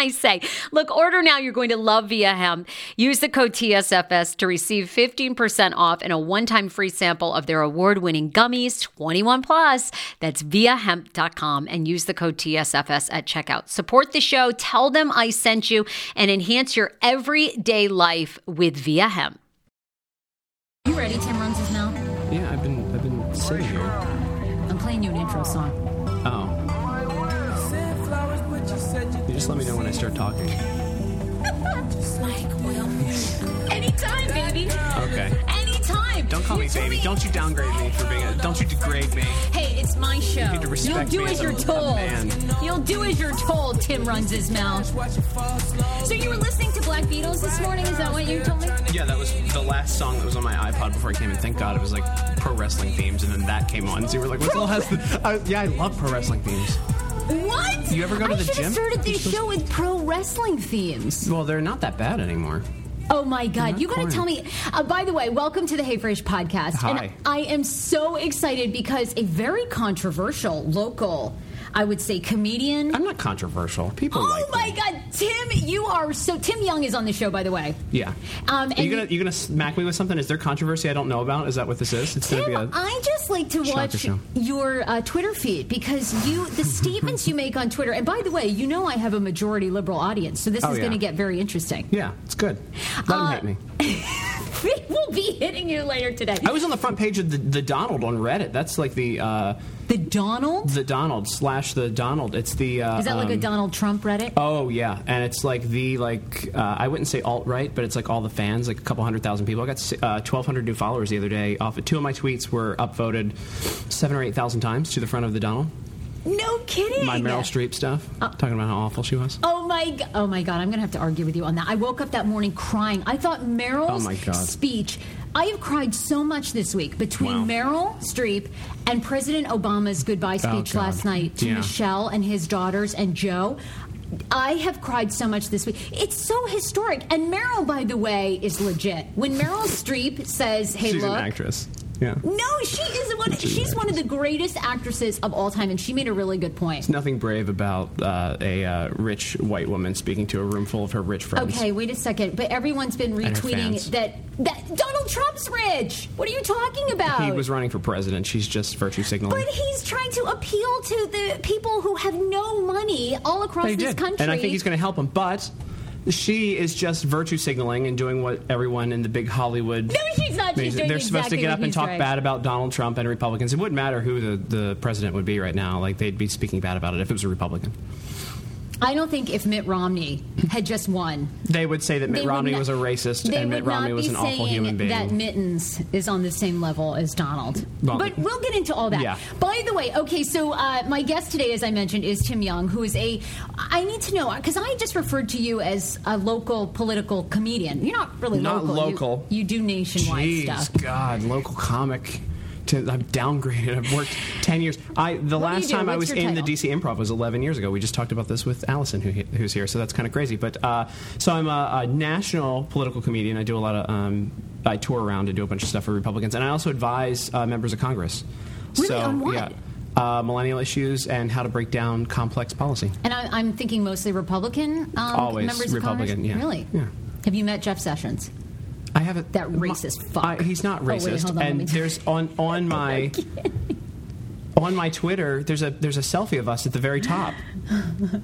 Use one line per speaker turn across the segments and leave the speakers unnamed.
I say? Look, order now. You're going to love Via Hemp. Use the code TSFS to receive 15% off and a one-time free sample of their award-winning gummies 21 plus. That's viahemp.com and use the code TSFS at checkout. Support the show, tell them I sent you, and enhance your everyday life with Via Hemp.
You ready? Tim runs his mouth.
Yeah, I've been I've been sitting here.
I'm playing you an intro song.
Oh, you just let me know when I start talking.
Anytime, baby.
Okay.
Anytime.
Don't call me baby. Don't you downgrade me for being a. Don't you degrade me.
Hey, it's my show. You
need to respect
will do
me
as
as a-
you're
a
told.
man.
You'll do as you're told. Tim runs his mouth. So you were listening to Black Beatles this morning? Is that what you told me?
Yeah, that was the last song that was on my iPod before I came in. Thank God it was like pro wrestling themes, and then that came on. So you were like, "What the hell has the?" I, yeah, I love pro wrestling themes.
What?
You ever go to
I
the
should have
gym?
started this show with pro wrestling themes.
Well, they're not that bad anymore.
Oh my God! You got to
quite.
tell me. Uh, by the way, welcome to the Hey Fresh podcast. And
Hi.
I am so excited because a very controversial local, I would say, comedian.
I'm not controversial. People
oh
like me.
my God, Tim! You are so. Tim Young is on the show, by the way.
Yeah.
Um,
Are
and
you gonna you gonna smack me with something? Is there controversy I don't know about? Is that what this is? It's gonna be
Tim,
a.
I just like to
shocker
watch
show.
your uh, Twitter feed because you the statements you make on Twitter. And by the way, you know I have a majority liberal audience, so this
Oh,
is going to
yeah.
get very interesting.
yeah, it's good. Let
Uh,
him hit me.
we will be hitting you later today.
I was on the front page of the, the Donald on Reddit. That's like the uh,
The Donald.
the Donald slash the Donald. It's the uh,
Is that like a
um,
Donald Trump Reddit?
Oh yeah, and it's like the like uh, I wouldn't say alt right, but it's like all the fans, like a couple hundred thousand people. I got uh, twelve hundred new followers the other day. Off of, two of my tweets were upvoted seven or eight thousand times to the front of the Donald.
No kidding.
My Meryl Streep stuff,
Uh,
talking about how awful she was.
Oh my! g- Oh my God! I'm gonna have to argue with you on that. I woke up that morning crying. I thought Meryl's
Oh my God.
speech. I have cried so much this week between
Wow.
Meryl Streep and President Obama's goodbye speech
God.
last night to
Yeah.
Michelle and his daughters and Joe. I have cried so much this week. It's so historic. And Meryl, by the way, is legit. When Meryl Streep says, "Hey,
She's
look,"
an actress. Yeah,
no, she is one.
She's an
She's one of the greatest actresses of all time, and she made a really good point.
nothing brave about uh, a uh, rich white woman speaking to a room full of her rich friends.
Okay, wait a second. But everyone's been
her
retweeting
fans.
that that Donald Trump's rich. What are you talking about?
Oh.
He was running for president. She's just virtue signaling.
but he's trying to appeal to the people who have no money all across
They
this
did.
country.
And I think he's going to help him. But she is just virtue signaling and doing what everyone in the big Hollywood.
No, she's not. She's
They're
doing
supposed to
exactly
get
what
up and
he's
talk
doing.
bad about Donald Trump and Republicans. It wouldn't matter who the, the president would be right now. Like, they'd be speaking bad about it if it was a Republican.
I don't think if Mitt Romney had just won,
They would say that Mitt
they would
Romney
not-
was a racist
they
and Mitt
would not
Romney was
be
an awful
saying
human being.
That Mittens is on the same level as Donald.
Well,
but we'll get into all that.
yeah.
By the way, okay, so uh, my guest today, as I mentioned, is Tim Young, who is a. I need to know because I just referred to you as a local political comedian. You're not really
Not
local. You-
local.
You, do nationwide
Jeez,
stuff.
God, local comic. To, I've downgraded. I've worked ten years. I the
do you
last
do?
time I
What's
was
your
in the
title?
DC Improv was eleven years ago. We just talked about this with Allison, who, who's here. So that's kind of crazy. But uh, so I'm a, a national political comedian. I do a lot of um, I tour around and do a bunch of stuff for Republicans, and I also advise uh, members of Congress.
Really?
So,
On what?
Yeah, uh, millennial issues and how to break down complex policy.
And I, I'm thinking mostly Republican. Um,
Always
members Of
Republican,
Congress?
yeah.
Really?
Yeah.
Have you met Jeff Sessions?
I have a,
That racist fuck.
I- he's not
Oh, wait,
racist.
hold on, let me-
and there's on on my on my Twitter. There's a there's a selfie of us at the very top.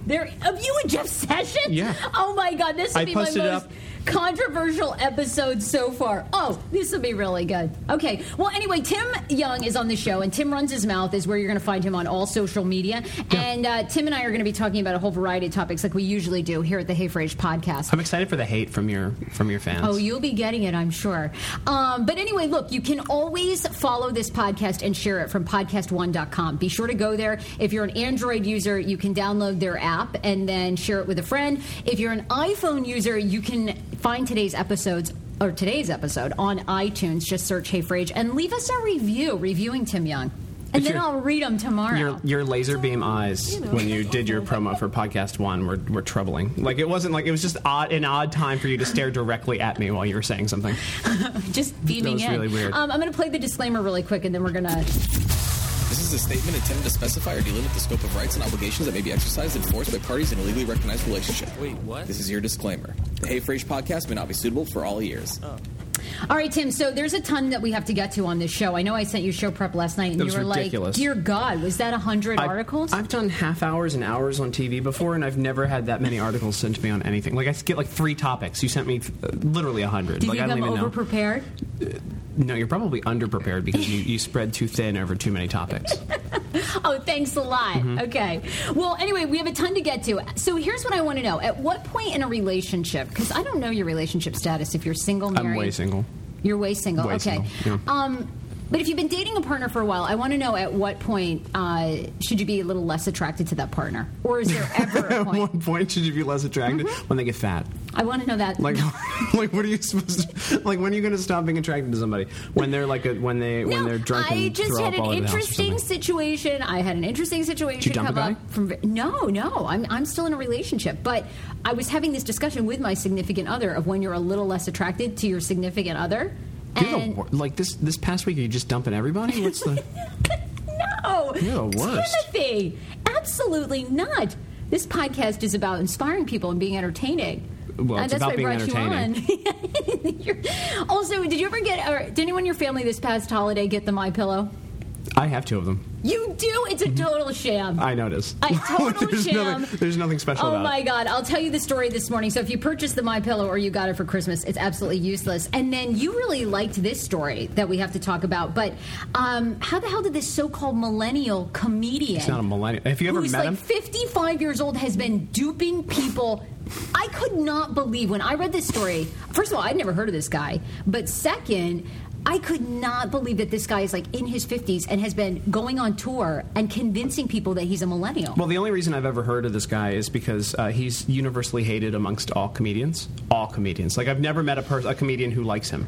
There of you and Jeff Sessions?
Yeah.
Oh my god, this will
I
be my most
posted it up.
controversial episode so far. Oh, this will be really good. Okay. Well, anyway, Tim Young is on the show, and Tim Runs His Mouth is where you're going to find him on all social media. And uh, Tim and I are going to be talking about a whole variety of topics like we usually do here at the Hey Frage podcast.
I'm excited for the hate from your from your fans.
Oh, you'll be getting it, I'm sure. Um, but anyway, look, you can always follow this podcast and share it from podcast1.com. Be sure to go there. If you're an Android user, you can download their app and then share it with a friend. If you're an iPhone user, you can find today's episodes. Or today's episode on iTunes, just search Hey Frage and leave us a review reviewing Tim Young, and
It's
then
your-
I'll read them tomorrow.
Your your laser beam eyes when you did your promo for podcast one were, were troubling. Like it wasn't like it was just odd an odd time for you to stare directly at me while you were saying something.
just beaming
was
in.
really weird.
Um, I'm going to play the disclaimer really quick, and then we're going to
This is a statement intended to specify or delimit the scope of rights and obligations that may be exercised and enforced by parties in a legally recognized relationship. Wait, what? This is your disclaimer. The Hey Frage podcast may not be suitable for all ears.
All right, Tim. So there's a ton that we have to get to on this show. I know I sent you show prep last night, and
That
you
was
were
ridiculous.
like, "Dear God, was that a hundred
I've-
articles?"
I've done half hours and hours on TV before, and I've never had that many articles sent to me on anything. Like I get like three topics. You sent me uh, literally a hundred.
Do you
like I
think
don't
I'm
even know.
overprepared?
No, you're probably underprepared because you, you spread too thin over too many topics.
Oh, thanks a lot.
Mm-hmm.
Okay. Well, anyway, we have a ton to get to. So here's what I want to know: At what point in a relationship? Because I don't know your relationship status. If you're single, married,
I'm way single.
You're way single.
Way
okay.
single, yeah.
Um, but if you've been dating a partner for a while, I want to know at what point uh, should you be a little less attracted to that partner, or is there ever a
At
point?
one point, should you be less attracted
Mm-hmm.
when they get fat?
I want to know that.
Like, like what are you supposed to? Like, when are you going to stop being attracted to somebody? When they're like, a, when they, when they're drunk.
I
and
just
throw
had
up all
an
over the house or
interesting
something.
situation. I had an interesting situation
Did you
come
dump a guy?
up from No, no. I'm I'm still in a relationship, but I was having this discussion with my significant other of when you're a little less attracted to your significant other.
You're the
And
wor- like this. This past week, are you just dumping everybody? What's the?
no,
You're the worst.
oh, Timothy, absolutely not. This podcast is about inspiring people and being entertaining.
Well,
And
it's
that's
about
why
being
I brought you on. You're- also, did you ever get? Or did anyone in your family this past holiday get the My Pillow?
I have two of them.
You do. It's a total sham.
I noticed.
I total
there's
sham.
Nothing, there's nothing special
Oh
about
my
it.
god! I'll tell you the story this morning. So if you purchased the My Pillow or you got it for Christmas, it's absolutely useless. And then you really liked this story that we have to talk about. But um, how the hell did this so-called millennial comedian,
It's not a millennial. Have you ever
who's
met
like
him?
55 years old, has been duping people? I could not believe when I read this story. First of all, I'd never heard of this guy. But second. I could not believe that this guy is like in his 50s and has been going on tour and convincing people that he's a millennial.
Well, the only reason I've ever heard of this guy is because uh, he's universally hated amongst all comedians. All comedians. Like I've never met a person, a comedian who likes him,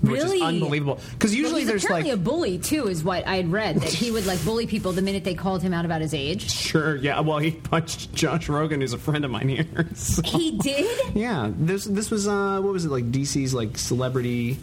which
Really?
is unbelievable. Because usually
he's
there's like,
apparently a bully too, is what I had read that he would like bully people the minute they called him out about his age.
sure, yeah. Well, he punched Josh Rogan, who's a friend of mine here. So,
He did.
yeah, this this was uh, what was it like DC's like celebrity.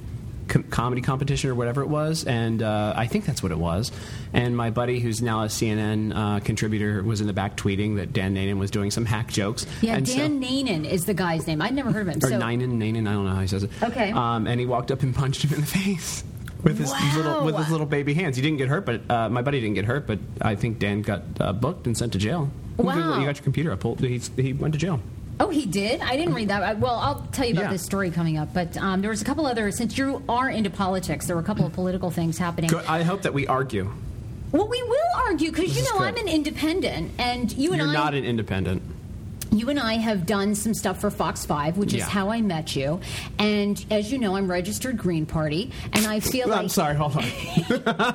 Com- comedy competition or whatever it was, and uh, I think that's what it was. And my buddy, who's now a CNN uh, contributor, was in the back tweeting that Dan Nanan was doing some hack jokes.
Yeah,
and so-
Dan Nanan is the guy's name. I'd never heard of him.
or
so
Ninen, Nainen, I don't know how he says it.
Okay.
Um, and he walked up and punched him in the face with his
Wow.
little with his little baby hands. He didn't get hurt, but uh, my buddy didn't get hurt. But I think Dan got uh, booked and sent to jail.
Wow.
You got your computer up. Hold- He, he went to jail.
Oh, he did. I didn't read that. I- Well, I'll tell you about
Yeah.
this story coming up. But um, there was a couple other. Since you are into politics, there were a couple of political things happening.
Good. I hope that we argue.
Well, we will argue because you
is
know
good.
I'm an independent, and you and
You're
I.
not an independent.
you and I have done some stuff for Fox 5, which is
Yeah.
how I met you. And as you know, I'm registered Green Party, and I feel like
I'm sorry. Hold on.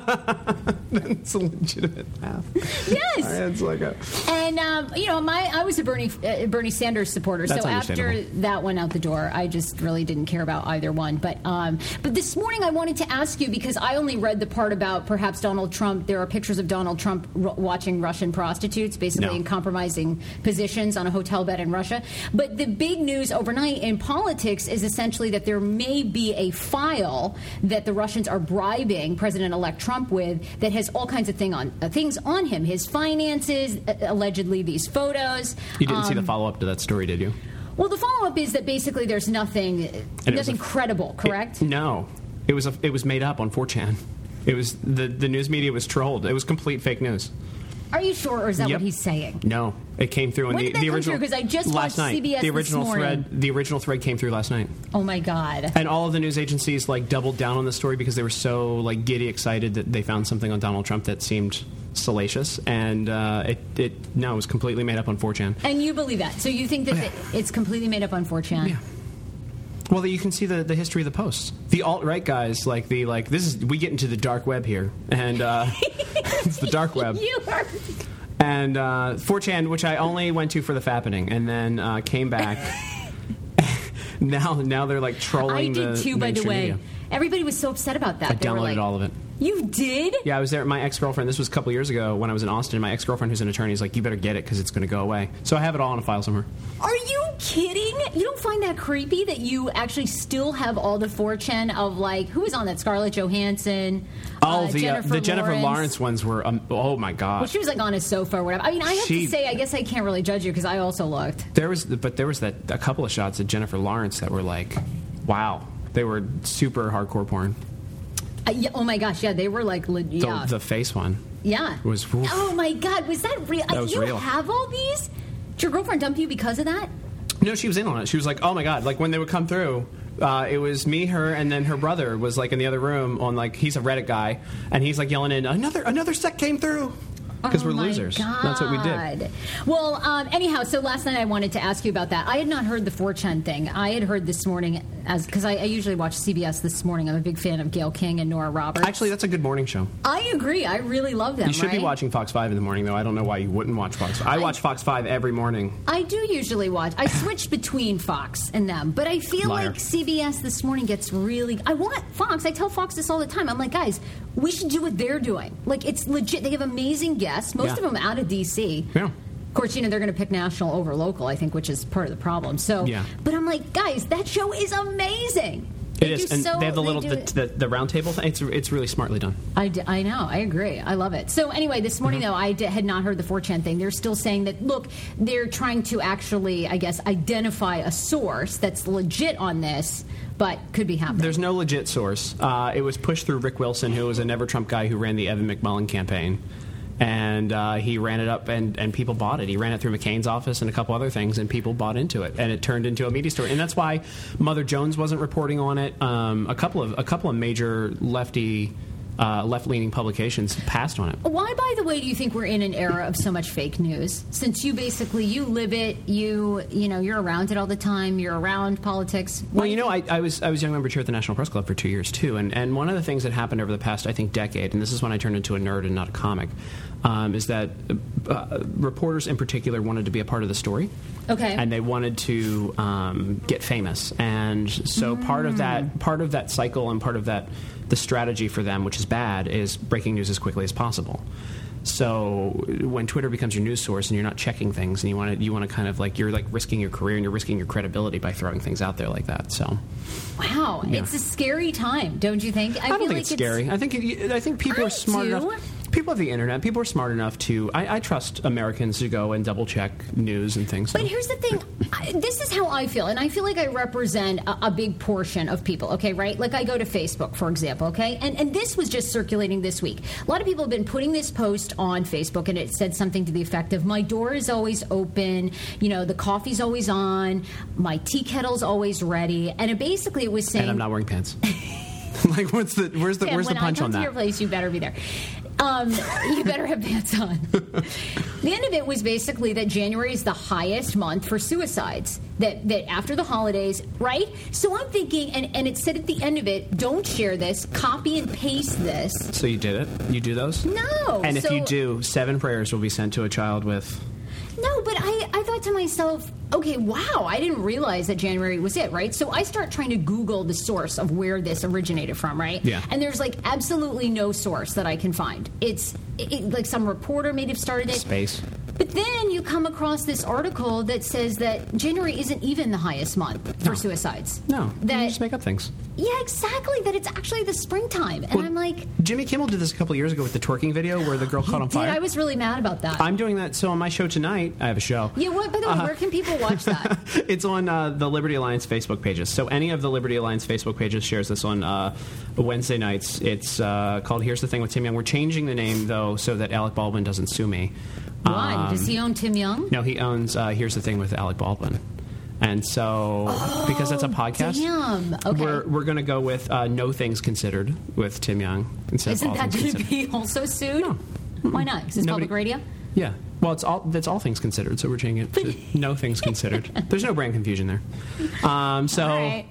That's a legitimate laugh.
Yes.
It's like a.
And um, you know, my I was a Bernie uh, Bernie Sanders supporter,
That's
so after
understandable.
that went out the door, I just really didn't care about either one. But um, but this morning, I wanted to ask you because I only read the part about perhaps Donald Trump. There are pictures of Donald Trump r- watching Russian prostitutes, basically
No.
in compromising positions on a hotel bed in Russia. But the big news overnight in politics is essentially that there may be a file that the Russians are bribing President-elect Trump with that has all kinds of thing on uh, things on him, his finances, uh, allegedly these photos.
You didn't
Um,
see the follow up to that story, did you?
Well, the follow-up is that basically there's nothing, uh,
And it was
nothing
a-
credible, correct?
It- no, it was a, it was made up on 4chan. It was the the news media was trolled. It was complete fake news.
are you sure, or is that
Yep.
what he's saying?
No, it came through in
When
the,
did that
the
come
original.
through? 'Cause I just
last
watched
night.
CBS
the
this
original
morning.
thread. The original thread came through last night,
Oh my God.
and all of the news agencies like doubled down on the story because they were so like giddy excited that they found something on Donald Trump that seemed salacious, and uh, it it no, it was completely made up on 4chan.
And you believe that? So you think that the- it's completely made up on 4chan?
Oh, Yeah. Well, you can see the, the history of the posts. The alt right guys, like the like, this is we get into the dark web here, and uh, it's the dark web.
You are.
and uh, 4chan, which I only went to for the fappening, and then uh, came back. now, now they're like
I
trolling.
did
the
too, by the
mainstream
way.
media.
Everybody was so upset about that.
I
They were
downloaded
like,
all of it.
You did?
Yeah, I was there. My ex girlfriend. This was a couple years ago when I was in Austin. My ex girlfriend, who's an attorney, is like, "You better get it because it's going to go away." So I have it all in a file somewhere.
Are you kidding? You don't find that creepy that you actually still have all the 4chan of like who was on that? Scarlett Johansson.
All
uh,
Oh, the
Jennifer
the Jennifer Lawrence, ones were. Um, oh my god.
Well, she was like on a sofa or whatever. I mean, I have
She-
to say, I guess I can't really judge you because I also looked.
There was, but there was that a couple of shots of Jennifer Lawrence that were like, wow, they were super hardcore porn.
Uh, yeah, oh my gosh, yeah, they were like, le-
The,
yeah,
the face one.
yeah.
was- oof.
oh my god, was that real?
That was
you
real.
have all these? Did your girlfriend dump you because of that?
No, she was in on it. She was like, oh my god, like when they would come through. Uh, it was me, her, and then her brother was like in the other room on like he's a Reddit guy, and he's like yelling in another another sec came through because
Oh
we're
my
losers. That's what we did.
God. Well, um, anyhow, so last night I wanted to ask you about that. I had not heard the 4chan thing. I had heard this morning as because I, I usually watch CBS this morning. I'm a big fan of Gail King and Nora Roberts.
Actually, that's a good morning show.
I agree. I really love them.
You should be
right?
watching Fox Five in the morning, though. I don't know why you wouldn't watch Fox. I watch Fox Five every morning.
I do usually watch. I switch between Fox and them, but I feel
Liar.
like CBS this morning gets really. I want Fox. I tell Fox this all the time. I'm like, guys, we should do what they're doing. Like it's legit. They have amazing guests. Most
Yeah.
of them out of DC.
Yeah.
Of course, you know they're going to pick national over local. I think, which is part of the problem. So,
Yeah.
but I'm like, guys, that show is amazing.
it is,
do
and
so-
they have the
they
little
do
the,
it-
the, the round table thing. It's it's really smartly done.
I, d- I know. I agree. I love it. So anyway, this morning though, I d- had not heard the 4chan thing. They're still saying that look, they're trying to actually, I guess, identify a source that's legit on this, but could be happening.
There's no legit source. Uh, it was pushed through Rick Wilson, who was a Never Trump guy who ran the Evan McMullen campaign. And uh, he ran it up, and, and people bought it. He ran it through McCain's office and a couple other things, and people bought into it, and it turned into a media story. And that's why Mother Jones wasn't reporting on it. Um, a couple of a couple of major lefty, uh, left leaning publications passed on it.
Why, by the way, do you think we're in an era of so much fake news? Since you basically you live it, you you know you're around it all the time. You're around politics.
Well, you know, I, I was I was young member chair at the National Press Club for two years too, and and one of the things that happened over the past I think decade, and this is when I turned into a nerd and not a comic, um, is that uh, reporters in particular wanted to be a part of the story.
Okay.
And they wanted to um, get famous, and so part of that
Mm.
part of that cycle and part of that the strategy for them, which is bad, is breaking news as quickly as possible. So when Twitter becomes your news source and you're not checking things and you want to you want to kind of like you're like risking your career and you're risking your credibility by throwing things out there like that. So
wow,
Yeah.
it's a scary time, don't you think? I,
I, don't
feel
think
like
it's scary. I think it- I think people
I
are smart
do.
enough. People have the internet. People are smart enough to. I, I trust Americans to go and double check news and things.
But here's the thing. I, this is how I feel, and I feel like I represent a, a big portion of people. Okay, right? Like I go to Facebook, for example. Okay, and and this was just circulating this week. A lot of people have been putting this post on Facebook, and it said something to the effect of, "My door is always open. You know, the coffee's always on. My tea kettle's always ready." And it basically it was saying,
and I'm not wearing pants. like what's the where's the
Tim,
where's the
when I
punch
come
on
to
that?
your place, you better be there. Um, you better have pants on. the end of it was basically that January is the highest month for suicides. That that after the holidays, right? So I'm thinking, and and it said at the end of it, don't share this. Copy and paste this.
So you did it? You do those?
No.
And if
so-
you do, seven prayers will be sent to a child with.
No, but I, I thought to myself, okay, wow, I didn't realize that January was it, right? So I start trying to Google the source of where this originated from, right?
Yeah.
And there's like absolutely no source that I can find. It's it, it- like some reporter may have started it.
Space.
But then you come across this article that says that January isn't even the highest month for
No.
suicides.
No, you
That
just make up things.
yeah, exactly. That it's actually the springtime, and
Well,
I'm like,
Jimmy Kimmel did this a couple years ago with the twerking video where the girl caught on
dude,
fire.
I was really mad about that.
I'm Uh-huh. doing that. So on my show tonight, I have a show.
yeah. What? By the way, where can people watch that?
It's on uh, the Liberty Alliance Facebook pages. So any of the Liberty Alliance Facebook pages shares this on uh, Wednesday nights. It's uh, called "Here's the Thing with Tim Young." We're changing the name though, so that Alec Baldwin doesn't sue me.
Why? Does
Um,
he own Tim Young?
No, he owns uh, "Here's the Thing with Alec Baldwin," and so because that's a podcast.
Oh, Damn. Okay.
We're, we're going to go with uh, No Things Considered with Tim Young instead of
Isn't
All
that
Things
going to
Considered.
be also sued? Why not? Because it's
Nobody-
public radio.
Yeah. Well, it's all that's all things considered. So we're changing it to no things considered. There's no brand confusion there. Um, so
All right.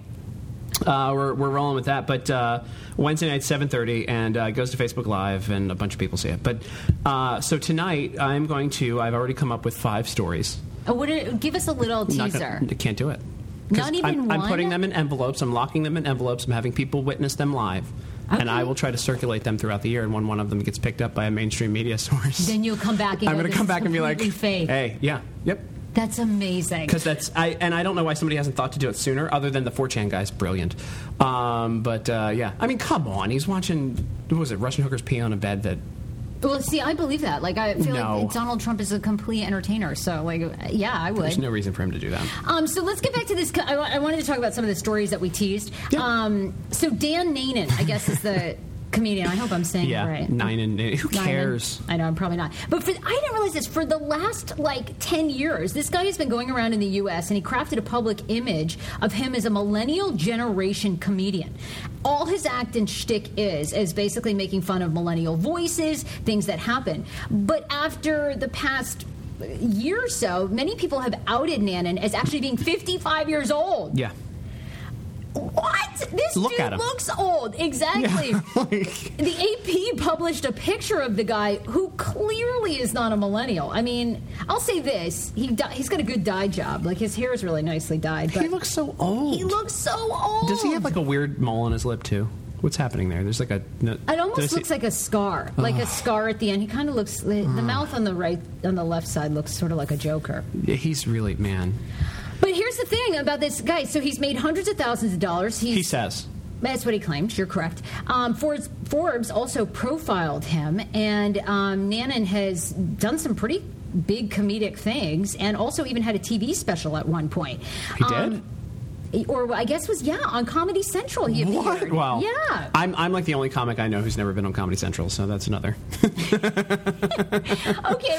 uh, we're we're rolling with that. But uh, Wednesday night, seven thirty, and uh, it goes to Facebook Live, and a bunch of people see it. But uh, so tonight, I'm going to. I've already come up with five stories.
Oh, what are- give us a little
Not
teaser.
gonna- I can't do it. 'Cause
Not even
I'm, I'm
one?
putting them in envelopes. I'm locking them in envelopes. I'm having people witness them live.
Okay.
And I will try to circulate them throughout the year. And when one of them gets picked up by a mainstream media source,
Then you'll come back. And
I'm
go,
going to
"This
come
is
back and be like,
completely fake.
"Hey, yeah, yep,
That's amazing.
because that's I and I don't know why somebody hasn't thought to do it sooner, other than the 4chan guy's brilliant. Um, but uh, yeah, I mean, come on, he's watching. What was it? Russian hookers pee on a bed that.
Well, see, I believe that. Like, I feel
No.
like Donald Trump is a complete entertainer. So, like, yeah, I would.
There's no reason for him to do that.
Um, so let's get back to this. I, I wanted to talk about some of the stories that we teased.
Yeah.
Um, so Dan Nanan, I guess, is the comedian. I hope I'm saying it
Yeah,
right.
nine and who
Nine and-
cares?
I know I'm probably not, but for, I didn't realize this. For the last like ten years, this guy has been going around in the U.S. and he crafted a public image of him as a millennial generation comedian. All his act and shtick is is basically making fun of millennial voices, things that happen. But after the past year or so, many people have outed Nanan as actually being 55 years old.
Yeah,
What? This
Look
dude
at him.
looks old. Exactly. the AP published a picture of the guy who clearly is not a millennial. I mean, I'll say this: he di- he's got a good dye job. Like his hair is really nicely dyed. But
he looks so old.
he looks so old.
Does he have like a weird mole on his lip too? What's happening there? There's like a. No,
It almost
does he-
looks like a scar, like a scar at the end. He kind of looks the, the mouth on the right, on the left side looks sort of like a Joker.
Yeah, he's really man.
But here's the thing about this guy: so he's made hundreds of thousands of dollars. He's,
He says.
That's what he claimed. You're correct. Um, Forbes, Forbes also profiled him, and um, Nanan has done some pretty big comedic things, and also even had a TV special at one point. Um,
He did?
or I guess was yeah on Comedy Central. He appeared.
Wow.
yeah.
I'm, I'm like the only comic I know who's never been on Comedy Central, so that's another.
okay,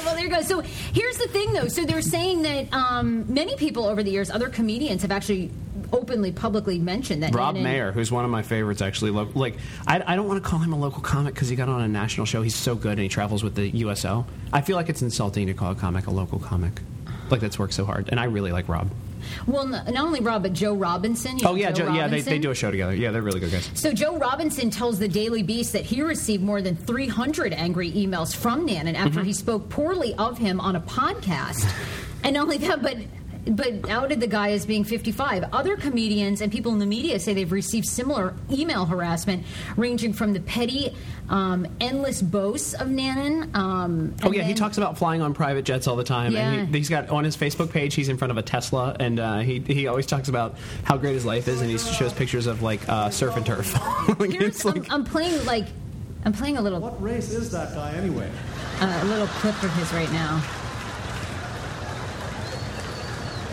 well there you go. So here's the thing, though. So they're saying that um, many people over the years, other comedians have actually openly, publicly mentioned that
Rob
Nanan-
Mayer, who's one of my favorites, actually. Lo- like, I, I don't want to call him a local comic because he got on a national show. He's so good and he travels with the USO. I feel like it's insulting to call a comic a local comic. Like, that's worked so hard. And I really like Rob.
Well, n- not only Rob, but Joe Robinson. You
Oh,
know
yeah,
Joe
Joe, yeah, they, they
Robinson?
do a show together. Yeah, they're really good guys.
So Joe Robinson tells the Daily Beast that he received more than 300 angry emails from Nanan after
Mm-hmm.
he spoke poorly of him on a podcast. And not only that, but but outed the guy as being 55. Other comedians and people in the media say they've received similar email harassment, ranging from the petty, um, endless boasts of Nanan. Um,
Oh
and
yeah, he
then-
talks about flying on private jets all the time, and
Yeah.
he, he's got on his Facebook page. He's in front of a Tesla, and uh, he he always talks about how great his life is, and he shows pictures of like uh, surf and turf. Like,
Here's,
it's
I'm,
like-
I'm playing like I'm playing a little
What race is that guy anyway?
uh, a little clip of his right now.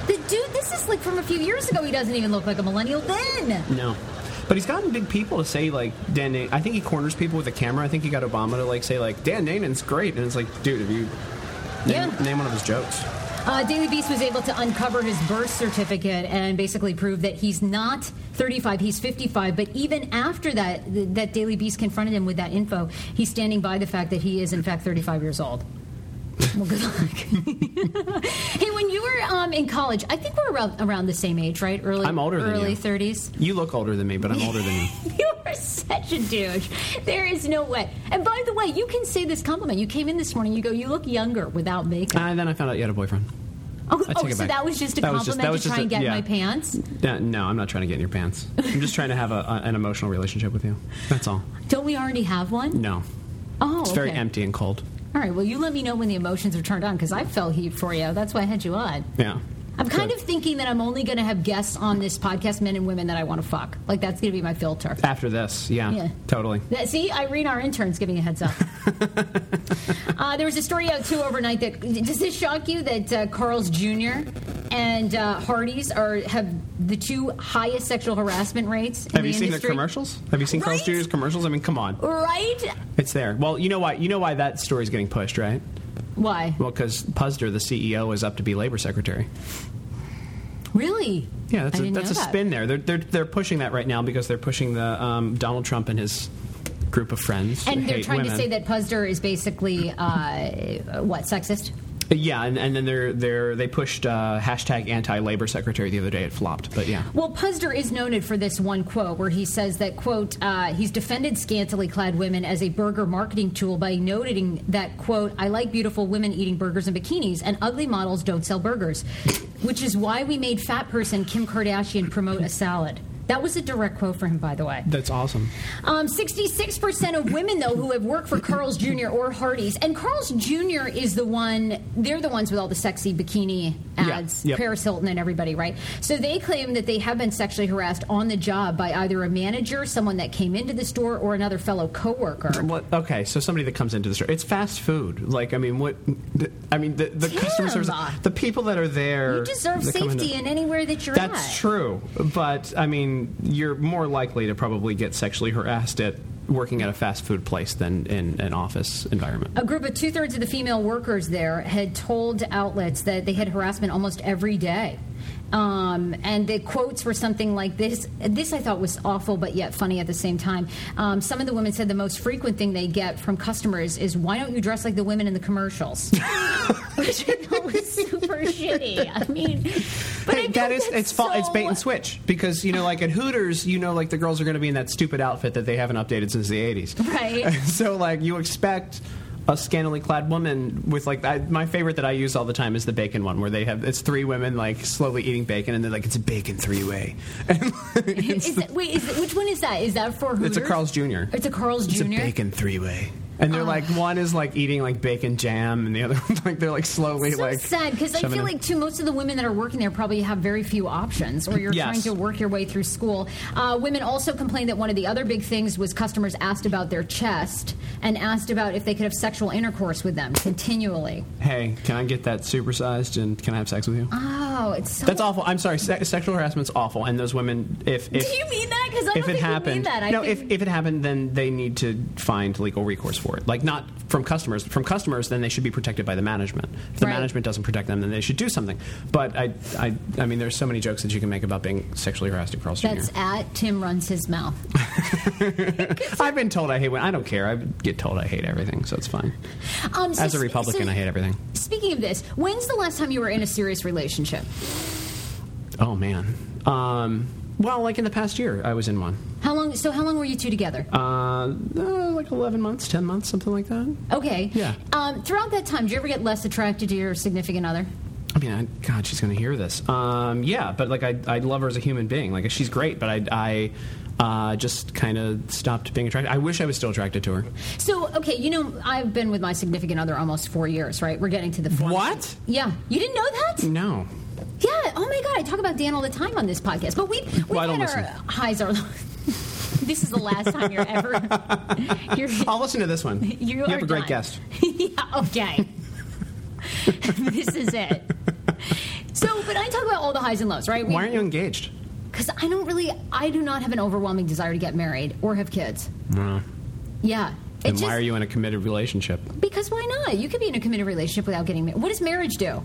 The dude, this is like from a few years ago. He doesn't even look like a millennial then.
No. But he's gotten big people to say like Dan. Nan- I think he corners people with a camera. I think he got Obama to like say like Dan Nanan's great, and it's like, dude, have you name,
Yeah.
name one of his jokes?
Uh, Daily Beast was able to uncover his birth certificate and basically prove that he's not 35, he's 55. But even after that, th- that Daily Beast confronted him with that info, he's standing by the fact that he is, in fact, 35 years old. Well, good luck. hey, when you were um, in college, I think we're around, around the same age, right? Early,
I'm older than
early
you.
30s.
You look older than me, but I'm older than you.
You are such a douche. There is no way. And by the way, you can say this compliment. You came in this morning. You go, you look younger without makeup.
And then I found out you had a boyfriend.
Oh,
I
oh,
take it
so
back.
that was just a
That was just-
compliment
that was
to try
just
and
a-
get
yeah.
my pants.
Uh, no, I'm not trying to get in your pants. I'm just trying to have a, a- an emotional relationship with you. That's all.
Don't we already have one?
No,
Oh,
it's very
okay.
empty and cold.
All right. Well, you let me know when the emotions are turned on because I felt heat for you. That's why I had you on.
Yeah.
I'm kind
So,
of thinking that I'm only going to have guests on this podcast, men and women that I want to fuck. Like that's going to be my filter.
after this. Yeah,
Yeah.
totally.
That, see, Irene, our intern's giving a heads up. uh, there was a story out too overnight that does this shock you that uh, Carl's Jr. and uh, Hardee's are have the two highest sexual harassment rates? In
Have
the
you seen
industry?
their commercials? Have you seen Carl's
Right?
Jr.'s commercials? I mean, come on,
Right?
it's there. Well, you know why? You know why that story's getting pushed, right?
Why?
Well, because Puzder, the CEO, is up to be labor secretary.
Really?
Yeah, that's
I
a,
didn't
that's
know
a
that.
spin there. They're, they're they're pushing that right now because they're pushing the um, Donald Trump and his group of friends. who
And they're
hate
trying to
women.
say that Puzder is basically uh, what sexist?
Yeah, and, and then they're they're they pushed uh, hashtag anti labor secretary the other day. It flopped, but yeah.
Well, Puzder is noted for this one quote where he says that, quote, uh, he's defended scantily clad women as a burger marketing tool by noting that, quote, I like beautiful women eating burgers and bikinis, and ugly models don't sell burgers, which is why we made fat person Kim Kardashian promote a salad. That was a direct quote for him, by the way.
That's awesome.
Um, 66% of women, though, who have worked for Carl's Jr. or Hardee's, and Carl's Jr. is the one, they're the ones with all the sexy bikini ads,
Yeah, yep.
Paris Hilton and everybody, right? So they claim that they have been sexually harassed on the job by either a manager, someone that came into the store, or another fellow coworker.
What? Okay, so somebody that comes into the store, it's fast food. Like, I mean, what? I mean, the, the customer
Tim!
service, the people that are there,
You deserve
that come
safety
into-
in anywhere that you're at.
That's true, but I mean, you're more likely to probably get sexually harassed at working at a fast food place than in an office environment.
A group of two thirds of the female workers there had told outlets that they had harassment almost every day. Um, and the quotes were something like this. This I thought was awful, but yet funny at the same time. Um, some of the women said the most frequent thing they get from customers is, "Why don't you dress like the women in the commercials?" Which I thought was super shitty. I mean, but I
Hey,
think
that is
that's
it's fa- it's
so-
bait and switch because you know like at Hooters you know like the girls are going to be in that stupid outfit that they haven't updated since the 80s.
Right.
so like you expect a scantily clad woman with like I, my favorite that I use all the time is the bacon one where they have it's three women like slowly eating bacon and they're like it's a bacon three way.
Is that, wait, is that, which one is that? Is that for Hooters?
It's a Carl's Jr.
It's a Carl's Oh.
It's
Jr.
a bacon three way. And they're like one is like eating like bacon jam and the other one's like they're like slowly
so
like
sad because I
shoving
feel
it-
like too most of the women that are working there probably have very few options, or you're
Yes.
trying to work your way through school. Uh, women also complained that one of the other big things was customers asked about their chest and asked about if they could have sexual intercourse with them continually.
hey can I get that supersized and can I have sex with you?
Oh, it's so.
That's awful. I'm sorry. Se- sexual harassment's awful, and those women, if, if
Do you mean that? Because I
if
don't
it
think
happened,
you mean that. I
no,
think,
if, if it happened, then they need to find legal recourse for it. Like not from customers. From customers, then they should be protected by the management. If the
Right.
management doesn't protect them, then they should do something. But I, I, I mean, there's so many jokes that you can make about being sexually harassed at Carl's
that's
Jr.
at Tim runs his mouth.
I've been told I hate when I don't care. I get told I hate everything, so it's fine.
Um, so
As a
sp-
Republican,
so
I hate everything.
Speaking of this, when's the last time you were in a serious relationship?
Oh man. Um, well, like in the past year, I was in one.
How long? So how long were you two together?
Uh, uh, like 11 months, 10 months, something like that.
Okay.
Yeah.
Um, throughout that time, did you ever get less attracted to your significant other?
I mean, I, God, she's going to hear this. Um, yeah, but like, I, I love her as a human being. Like, she's great, but I, I uh, just kind of stopped being attracted. I wish I was still attracted to her.
So, okay, you know, I've been with my significant other almost four years, right? We're getting to the four.
What? Mm.
Yeah. You didn't know that?
No.
Yeah. Oh my God. I talk about Dan all the time on this podcast, but we we
Well, I
had
don't
our
listen.
highs are. this is the last time you're ever. You're,
I'll listen to this one.
you
have
are
a great
done.
guest.
yeah. Okay. this is it. So, but I talk about all the highs and lows, right? We-
Why aren't you engaged?
Because I don't really, I do not have an overwhelming desire to get married or have kids. Yeah. It
And
just-
why are you in a committed relationship?
Because why not? You could be in a committed relationship without getting married. What does marriage do?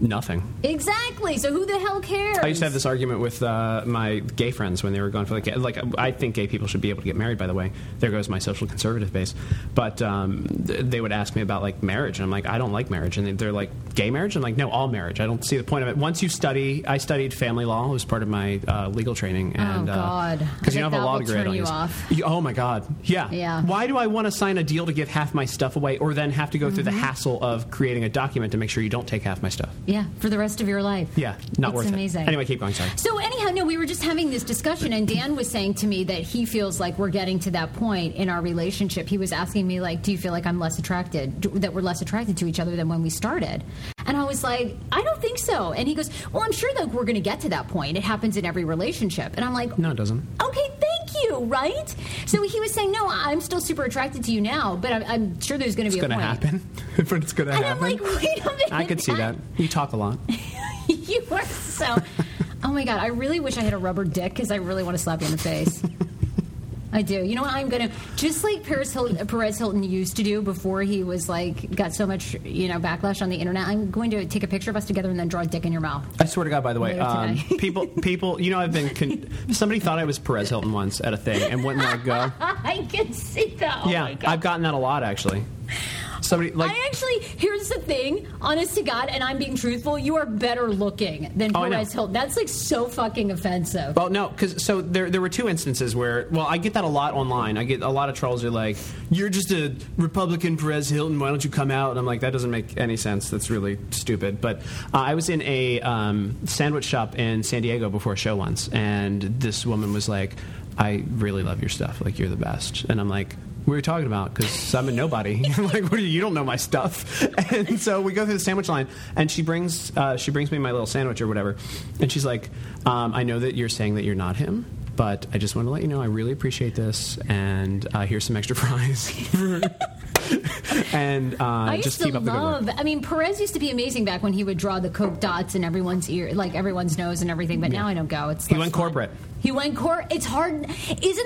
Nothing.
Exactly. So who the hell cares?
I used to have this argument with uh, my gay friends when they were going for like like I think gay people should be able to get married. By the way, there goes my social conservative base. But um, th- they would ask me about like marriage, and I'm like, I don't like marriage, and they- they're like, gay marriage. I'm like, no, all marriage. I don't see the point of it. Once you study, I studied family law. It was part of my uh, legal training. And,
Oh, God.
because
I
you don't
think
have a
that
law
will
degree. I
turn
don't
you
use-
off.
You- oh my God. Yeah.
Yeah.
Why do I want to sign a deal to give half my stuff away, or then have to go
Mm-hmm.
through the hassle of creating a document to make sure you don't take half my stuff?
Yeah, for the rest of your life.
Yeah, not
it's
worth
amazing.
it. Anyway, keep going. Sorry.
So anyhow, no, we were just having this discussion, and Dan was saying to me that he feels like we're getting to that point in our relationship. He was asking me like, "Do you feel like I'm less attracted? do- That we're less attracted to each other than when we started?" And I was like, "I don't think so." And he goes, "Well, I'm sure that we're going to get to that point. It happens in every relationship." And I'm like,
No, it doesn't.
okay, thank you, right? So he was saying, no, I'm still super attracted to you now, but I'm, I'm sure there's going to be
It's
a
gonna
point.
happen, but it's gonna
And I'm
happen.
like, wait a minute.
I could see that. You talk a lot.
you are so. Oh my god! I really wish I had a rubber dick because I really want to slap you in the face. I do. You know what? I'm gonna just like Paris Hilton, Perez Hilton used to do before he was like got so much you know backlash on the internet. I'm going to take a picture of us together and then draw a dick in your mouth.
I swear to God. By the way,
Later
um,
today.
people, people, you know, I've been. Con- somebody thought I was Perez Hilton once at a thing and wouldn't let it go.
I can see that. Oh my
yeah,
God.
I've gotten that a lot actually. Somebody like.
I actually, here's the thing, honest to God, and I'm being truthful, you are better looking than
Oh, I know.
Perez Hilton. That's like so fucking offensive.
well, no, because so there there were two instances where well I get that a lot online. I get a lot of trolls are like, "You're just a Republican Perez Hilton. Why don't you come out?" And I'm like, that doesn't make any sense. That's really stupid. But uh, I was in a um, sandwich shop in San Diego before a show once, and this woman was like, "I really love your stuff. Like you're the best." And I'm like. We were talking about because I'm a nobody. I'm like, what do you? You don't know my stuff. And so we go through the sandwich line, and she brings uh, she brings me my little sandwich or whatever, and she's like, um, I know that you're saying that you're not him, but I just want to let you know I really appreciate this, and uh, here's some extra fries. and uh,
I used
just
to
keep up the good work.
love. I mean, Perez used to be amazing back when he would draw the Coke dots in everyone's ear, like everyone's nose and everything. But now I don't go. It's
He
less
went
fun.
corporate.
He went cor. It's hard. Isn't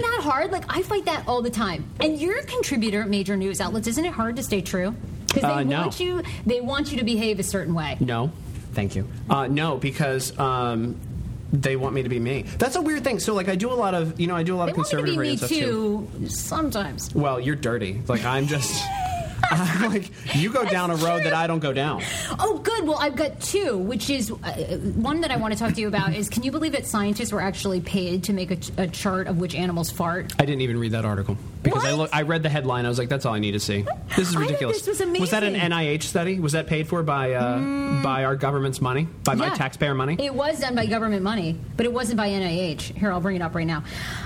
that hard? Like I fight that all the time. And you're a contributor at major news outlets. Isn't it hard to stay true? Because they
Uh, no.
want you. They want you to behave a certain way.
No, thank you. Uh, no, because. Um, they want me to be me. That's a weird thing. So, like, I do a lot of, you know, I do a lot
They
of
want me to
conservative
be
radio
me too.
stuff
Sometimes.
Well, you're dirty. Like I'm just I'm like you go down a road that I don't go down.
Oh, good. Well, I've got two, which is uh, one that I want to talk to you about is can you believe that scientists were actually paid to make a, ch- a chart of which animals fart?
I didn't even read that article because I
What?
look, I read the headline. I was like, that's all I need to see. This is
I think
ridiculous.
this was
that an
amazing. Mm.
NIH study? Was that paid for by uh, by our government's money, by my
Yeah.
taxpayer money?
It was done by government money, but it wasn't by NIH. Here, I'll bring it up right now.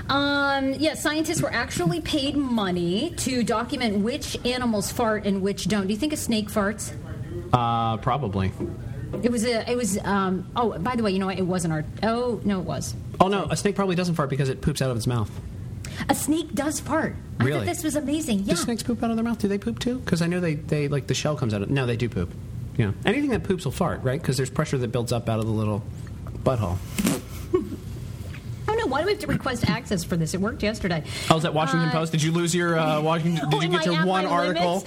Um, yeah, scientists were actually paid money to document which animals fart and which don't. Do you think a snake farts?
uh, probably.
It was a. It was. Um, oh, by the way, you know what? It wasn't our. Oh no, it was.
Oh no, a snake probably doesn't fart because it poops out of its mouth.
A snake does fart. I thought
Really?
this was amazing. Yeah.
Do snakes poop out of their mouth? Do they poop too? Because I know they, they like the shell comes out. of No, they do poop. Yeah, anything that poops will fart, right? Because there's pressure that builds up out of the little butthole.
Oh no! Why do we have to request access for this? It worked yesterday.
I was at Oh, Washington
Uh,
Post. Did you lose your uh, Washington? Did you
am
get
I
your
at
one
my
article?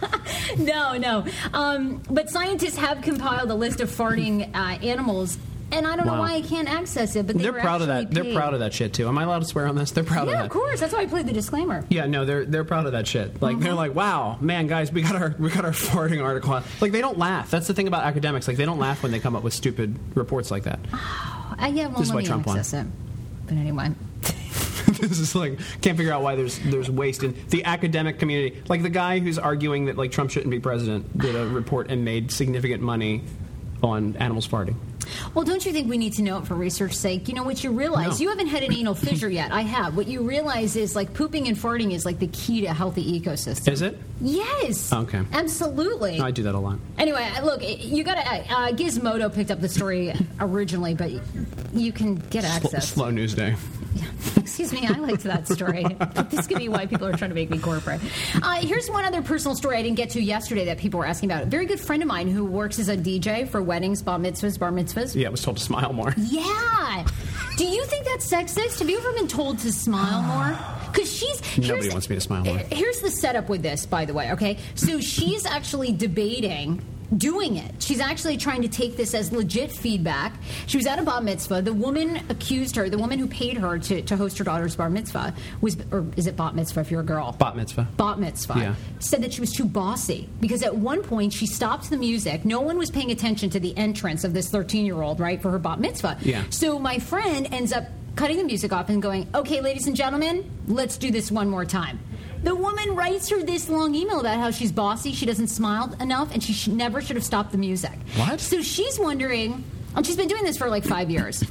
limits? no, no. Um, but scientists have compiled a list of farting uh, animals, and I don't know
Wow.
why I can't access it. But they
They're
were
proud of that.
actually
They're
paid.
proud of that shit too. Am I allowed to swear on this? They're proud of
Yeah,
that.
of course. Uh-huh. That's why I played the disclaimer.
Yeah, no, they're they're proud of that shit. Like they're like, wow, man, guys, we got our we got our farting article. on." Like they don't laugh. That's the thing about academics. Like they don't laugh when they come up with stupid reports like that.
Uh, yeah, well,
This is
let
why
me
Trump won.
access it. But anyway,
this is like can't figure out why there's there's waste in the academic community. Like the guy who's arguing that like Trump shouldn't be president did a report and made significant money on animals farting.
well, don't you think we need to know it for research sake? You know what you realize?
No.
You haven't had an anal fissure yet. I have. What you realize is like pooping and farting is like the key to a healthy ecosystem.
Is it?
Yes.
Okay.
Absolutely.
No, I do that a lot.
Anyway, I- look, you got to. Uh, Gizmodo picked up the story originally, but you can get
Slow,
access.
slow news day.
Excuse me, I liked that story. this could be why people are trying to make me corporate. Uh, here's one other personal story I didn't get to yesterday that people were asking about. A very good friend of mine who works as a DJ for weddings, bar mitzvahs, bar mitzvahs.
Yeah, I was told to smile more.
Yeah. Do you think that's sexist? Have you ever been told to smile more? Because she's
Nobody
here's-
wants me to smile more.
Here's the setup with this, by the way. Okay, so she's actually debating doing it. She's actually trying to take this as legit feedback. She was at a bar mitzvah. The woman accused her, the woman who paid her to, to host her daughter's bar mitzvah, was, or is it bat mitzvah if you're a girl?
Bat mitzvah.
Bat mitzvah.
Yeah.
Said that she was too bossy because at one point she stopped the music. No one was paying attention to the entrance of this 13 year old, right, for her bat mitzvah.
Yeah.
So my friend ends up cutting the music off and going, okay, ladies and gentlemen, let's do this one more time. The woman writes her this long email about how she's bossy, she doesn't smile enough, and she sh- never should have stopped the music.
What?
So she's wondering, and she's been doing this for like five years,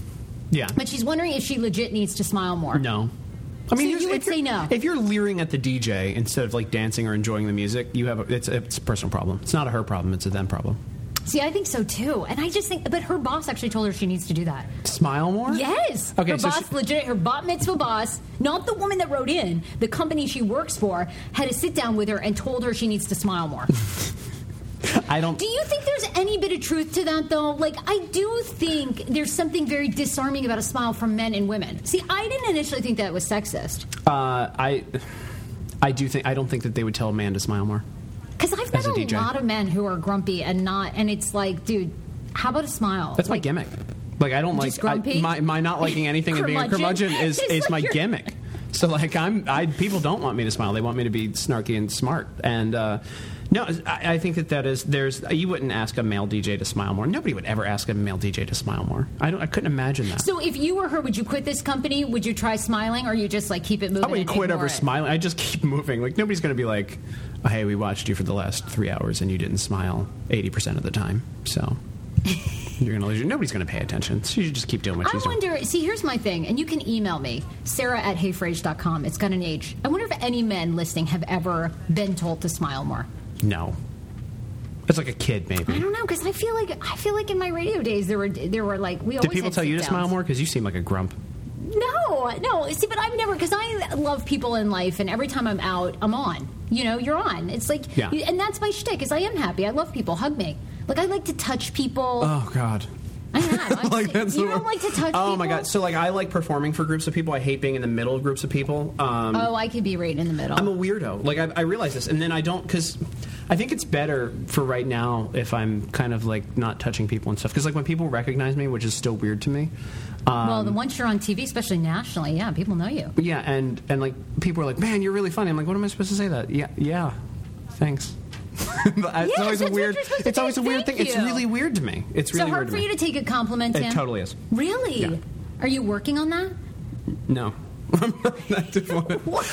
Yeah.
but she's wondering if she legit needs to smile more.
No. I mean,
So
here's-
you would
if you're-
say no.
If you're leering at the DJ instead of like dancing or enjoying the music, you have a, it's, it's a personal problem. It's not a her problem. It's a them problem.
See, I think so too. And I just think, but her boss actually told her she needs to do that.
Smile more.
Yes.
Okay.
Her
so
boss,
she-
legit, her bat mitzvah boss, not the woman that wrote in, the company she works for, had a sit down with her and told her she needs to smile more.
I don't.
Do you think there's any bit of truth to that, though? Like, I do think there's something very disarming about a smile from men and women. See, I didn't initially think that was sexist
Uh, I. I do think I don't think that they would tell a man to smile more.
because I've met
As
a,
a DJ.
lot of men who are grumpy and not, and it's like, dude, how about a smile?
That's my gimmick. Like I don't like
Just
I,
grumpy?
my my not liking anything and being a
Curmudgeon?
curmudgeon is
It's
is
like
my
you're-
gimmick. So like I'm I people don't want me to smile. They want me to be snarky and smart. And uh, no, I, I think that that is there's you wouldn't ask a male DJ to smile more. Nobody would ever ask a male DJ to smile more. I don't I couldn't imagine that.
So, if you were her, would you quit this company? Would you try smiling, or you just like keep it moving?
I wouldn't
and
quit
ignore
over
it?
smiling. I just keep moving. Like nobody's gonna be like, "Hey, we watched you for the last three hours and you didn't smile eighty percent of the time." So you're gonna lose. Your, nobody's gonna pay attention. So you should just keep doing what
I
she's doing.
wonder. See, here's my thing, and you can email me, Sarah at heyfrage.com. It's got an H. I wonder if any men listening have ever been told to smile more.
No. It's like a kid, maybe.
I don't know because I feel like I feel like in my radio days there were there were like we always
Did people
had
tell you to
sit-downs.
smile more? Because you seem like a grump.
No, no. See, but I've never because I love people in life, and every time I'm out, I'm on. You know, you're on. It's like,
Yeah.
and that's my shtick. Is I am happy. I love people. Hug me. Like I like to touch people.
Oh God.
I know. I'm
like
sick.
that's
you
the
don't
wor-
like to touch.
Oh my
people?
God. So like I like performing for groups of people. I hate being in the middle of groups of people. Um,
oh, I could be right in the middle.
I'm a weirdo. Like I, I realize this, and then I don't because I think it's better for right now if I'm kind of like not touching people and stuff. Because like when people recognize me, which is still weird to me. Um,
well, then once you're on TV, especially nationally, yeah, people know you.
yeah, and and like people are like, "Man, you're really funny." I'm like, "What am I supposed to say that?" Yeah, yeah, thanks. But it's
Yes,
always a
that's what
weird.
you're supposed to
It's always
do.
a weird
Thank
thing. It's
you.
really weird to me. It's really
so
weird
hard
to
for
me.
you to take a compliment.
It
Tim?
totally is.
Really?
Yeah.
Are you working on that?
No.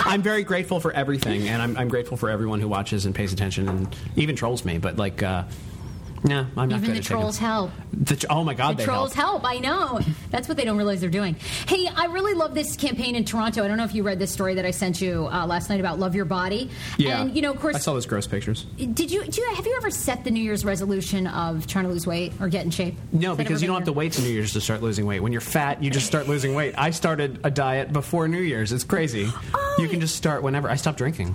I'm very grateful for everything, and I'm, I'm grateful for everyone who watches and pays attention and even trolls me. But like, uh, nah, I'm not
Even
good
the
at
trolls
taking-
help.
The tr- oh my god,
The
they
trolls help. I know. That's what they don't realize they're doing. Hey, I really love this campaign in Toronto. I don't know if you read this story that I sent you uh, last night about Love Your Body.
Yeah,
And, you know, of course,
I saw those gross pictures.
did you, do you, have you ever set the New Year's resolution of trying to lose weight or get in shape?
No,
Has that
because
ever
you don't
been
have to
your-
wait to New Year's to start losing weight. When you're fat, you just start losing weight. I started a diet before New Year's. It's crazy. You can just start whenever. I stopped drinking.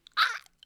Ah!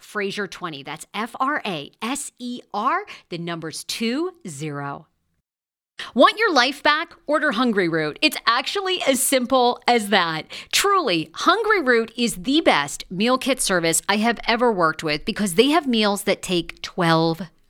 Fraser20. That's F R A S E R. The numbers two zero. Want your life back? Order Hungry Root. It's actually as simple as that. Truly, Hungry Root is the best meal kit service I have ever worked with because they have meals that take 12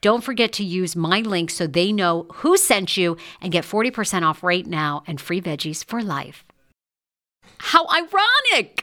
Don't forget to use my link so they know who sent you and get 40% off right now and free veggies for life. How ironic!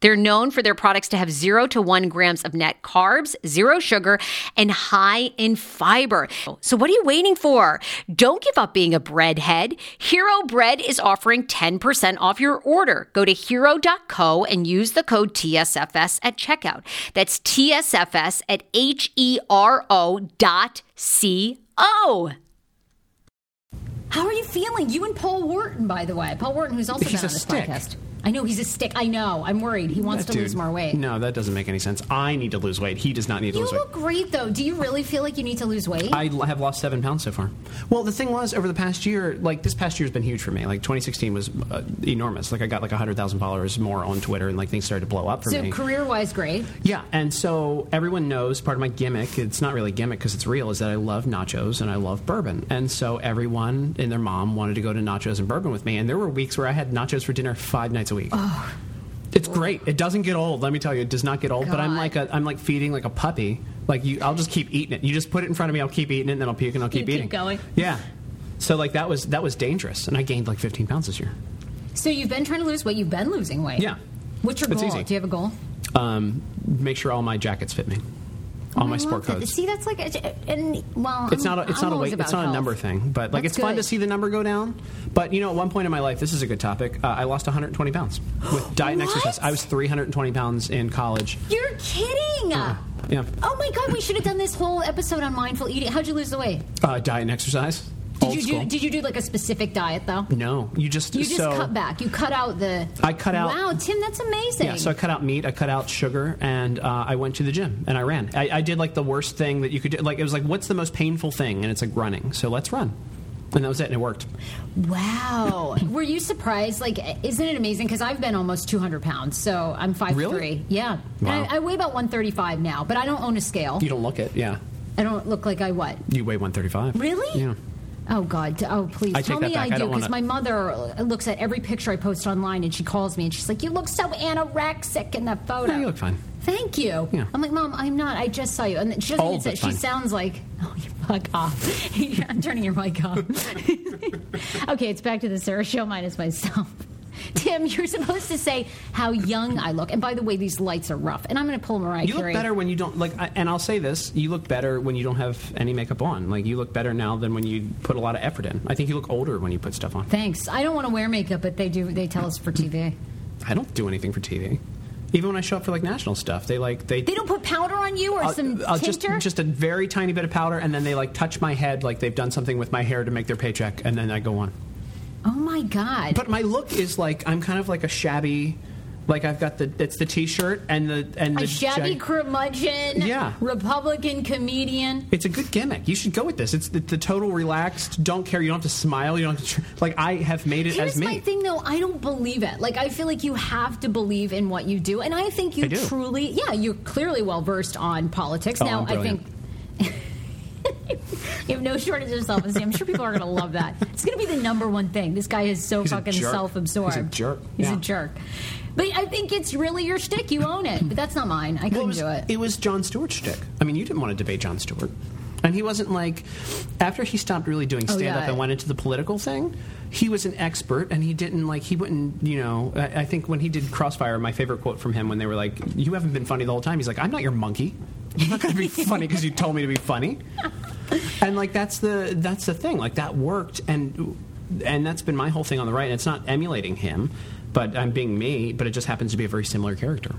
They're known for their products to have zero to one grams of net carbs, zero sugar, and high in fiber. So, what are you waiting for? Don't give up being a breadhead. Hero Bread is offering 10% off your order. Go to hero.co and use the code TSFS at checkout. That's TSFS at H E R O dot C O.
How are you feeling? You and Paul Wharton, by the way. Paul Wharton, who's also
He's
been
a
on this
stick.
podcast. I know he's a stick. I know. I'm worried. He wants to
Dude,
lose more weight.
No, that doesn't make any sense. I need to lose weight. He does not need to
You
lose weight.
look great though. Do you really feel like you need to lose weight?
I l- have lost seven pounds so far. Well, the thing was, over the past year, like this past year has been huge for me. Like 2016 was uh, enormous. Like I got like 100,000 followers more on Twitter, and like things started to blow up for
so
me.
career wise, great.
Yeah, and so everyone knows part of my gimmick, it's not really gimmick because it's real, is that I love nachos and I love bourbon. And so everyone and their mom wanted to go to nachos and bourbon with me. And there were weeks where I had nachos for dinner five nights a week. It's great. It doesn't get old. Let me tell you, it does not get old. But I'm
God.
like a, I'm like feeding like a puppy. Like you, I'll just keep eating it. You just put it in front of me. I'll keep eating it, and then I'll puke, and I'll keep
keep
eating.
going.
Yeah. So like that was that was dangerous, and I gained like 15 pounds this year.
So you've been trying to lose weight. You've been losing weight.
Yeah.
What's your
It's
goal?
easy.
Do you have a goal?
Um, make sure all my jackets fit me, all my
Oh, I
sport
love that.
coats.
See, that's like, a, and well,
It's
I'm-
not a, it's
I'm
not a
always
weight,
about
it's not a
health.
number thing, but like
That's
it's fun to
good.
see the number go down. But you know, at one point in my life, this is a good topic. Uh, I lost 120 pounds with diet and
What?
exercise. I was 320 pounds in college.
You're kidding.
Uh-huh. Yeah,
Oh my god, we should have done this whole episode on mindful eating. How'd you lose the weight?
uh, diet and exercise.
Did
Old
you do?
school.
Did you do like a specific diet though?
No, you just
You just
so
cut back. You cut out the.
I cut out-
Wow, Tim, that's amazing.
Yeah, so I cut out meat, I cut out sugar, and uh, I went to the gym and I ran. I, I did like the worst thing that you could do. Like it was like, what's the most painful thing? And it's like running. So let's run, and that was it, and it worked.
wow. Were you surprised? Like, isn't it amazing? Because I've been almost 200 pounds, so I'm 5'3".
Really?
Yeah. And
Wow.
I, I weigh about 135 now, but I don't own a scale.
You don't look it. Yeah,
I don't look like I what?
you weigh one thirty five.
Really?
Yeah.
Oh God! Oh please,
I take
tell
that
me
back.
I
I
do
don't wanna-
because my mother uh, looks at every picture I post online, and she calls me and she's like, "You look so anorexic in that photo."
Yeah, you look fine.
Thank you.
Yeah.
I'm like, Mom, I'm not. I just saw you, and she doesn't
Old,
even say.
but
She
fine.
sounds like, "Oh, you fuck off." I'm turning your mic off. okay, it's back to the Sarah Show minus myself. Tim, you're supposed to say how young I look. And by the way, these lights are rough. And I'm going to pull Mariah
You look
Carey.
better when you don't like, I- and I'll say this: you look better when you don't have any makeup on. Like you look better now than when you put a lot of effort in. I think you look older when you put stuff on.
Thanks. I don't want to wear makeup, but they do. They tell us for TV.
I don't do anything for TV. Even when I show up for like national stuff, they like they
They don't put powder on you or
I'll-
some
I'll just
tincture.
just a very tiny bit of powder, and then they like touch my head like they've done something with my hair to make their paycheck, and then I go on.
oh my god!
But my look is like I'm kind of like a shabby, like I've got the it's the t-shirt and the and the
a shabby
jag-
curmudgeon,
Yeah.
Republican comedian.
It's a good gimmick. You should go with this. It's the, the total relaxed, don't care. You don't have to smile. You don't have to, tr- like I have made it
Here's
as me.
my thing, though. I don't believe it. Like, I feel like you have to believe in what you do, and I think you
I do.
truly, yeah, you're clearly well versed on politics.
Oh,
now,
I'm
I think.
brilliant.
You have no shortage of self esteem. I'm sure people are going to love that. It's going to be the number one thing. This guy is so
He's a
fucking
jerk.
self absorbed.
He's a jerk.
He's a
Yeah.
jerk. But I think it's really your shtick. You own it. But that's not mine. I couldn't
Well, it was,
do it.
was John Stewart's shtick. I mean, you didn't want to debate John Stewart. And he wasn't like, after he stopped really doing
Oh,
stand up
yeah.
and went into the political thing, he was an expert and he didn't like, he wouldn't, you know. I, I think when he did Crossfire, my favorite quote from him when they were like, You haven't been funny the whole time. He's like, I'm not your monkey. I'm not going to be funny because you told me to be funny. And like, that's the, that's the thing. Like, that worked. And, and that's been my whole thing on the right. And it's not emulating him, but I'm being me, but it just happens to be a very similar character.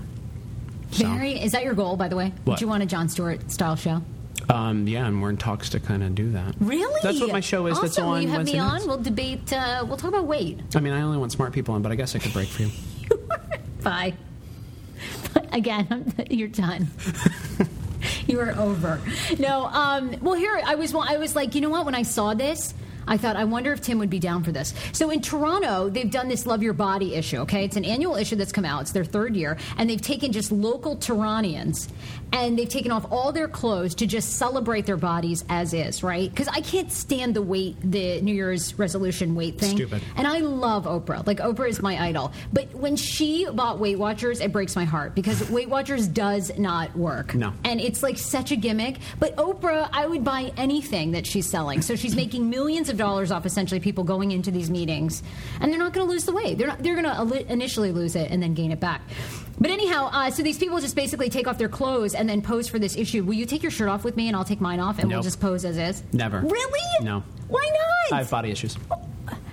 So-
Very. Is that your goal, by the way? Would
What?
you want a John Stewart style show?
Um, yeah, and we're in talks to kind of do that.
Really?
That's what my show is.
Awesome.
that's on
Will you have
Wednesday
me
nights.
on. We'll debate. Uh, we'll talk about weight.
I mean, I only want smart people on, but I guess I could break for you.
Bye. Again, I'm- you're done. you are over. No. Um, well, here I was. I was like, you know what? When I saw this. I thought, I wonder if Tim would be down for this. So in Toronto, they've done this Love Your Body issue, okay? It's an annual issue that's come out. It's their third year. And they've taken just local Torontians and they've taken off all their clothes to just celebrate their bodies as is, right? Because I can't stand the weight, the New Year's resolution weight thing.
Stupid.
And I love Oprah. Like Oprah is my idol. But when she bought Weight Watchers, it breaks my heart because Weight Watchers does not work.
No.
And it's like such a gimmick. But Oprah, I would buy anything that she's selling. So she's making millions of dollars off essentially people going into these meetings, and they're not going to lose the weight. They're not, they're going to ali- initially lose it and then gain it back. But anyhow, uh, so these people just basically take off their clothes and then pose for this issue. Will you take your shirt off with me, and I'll take mine off, and we'll
Nope.
just pose as is?
Never.
Really?
No.
Why not?
I have body issues.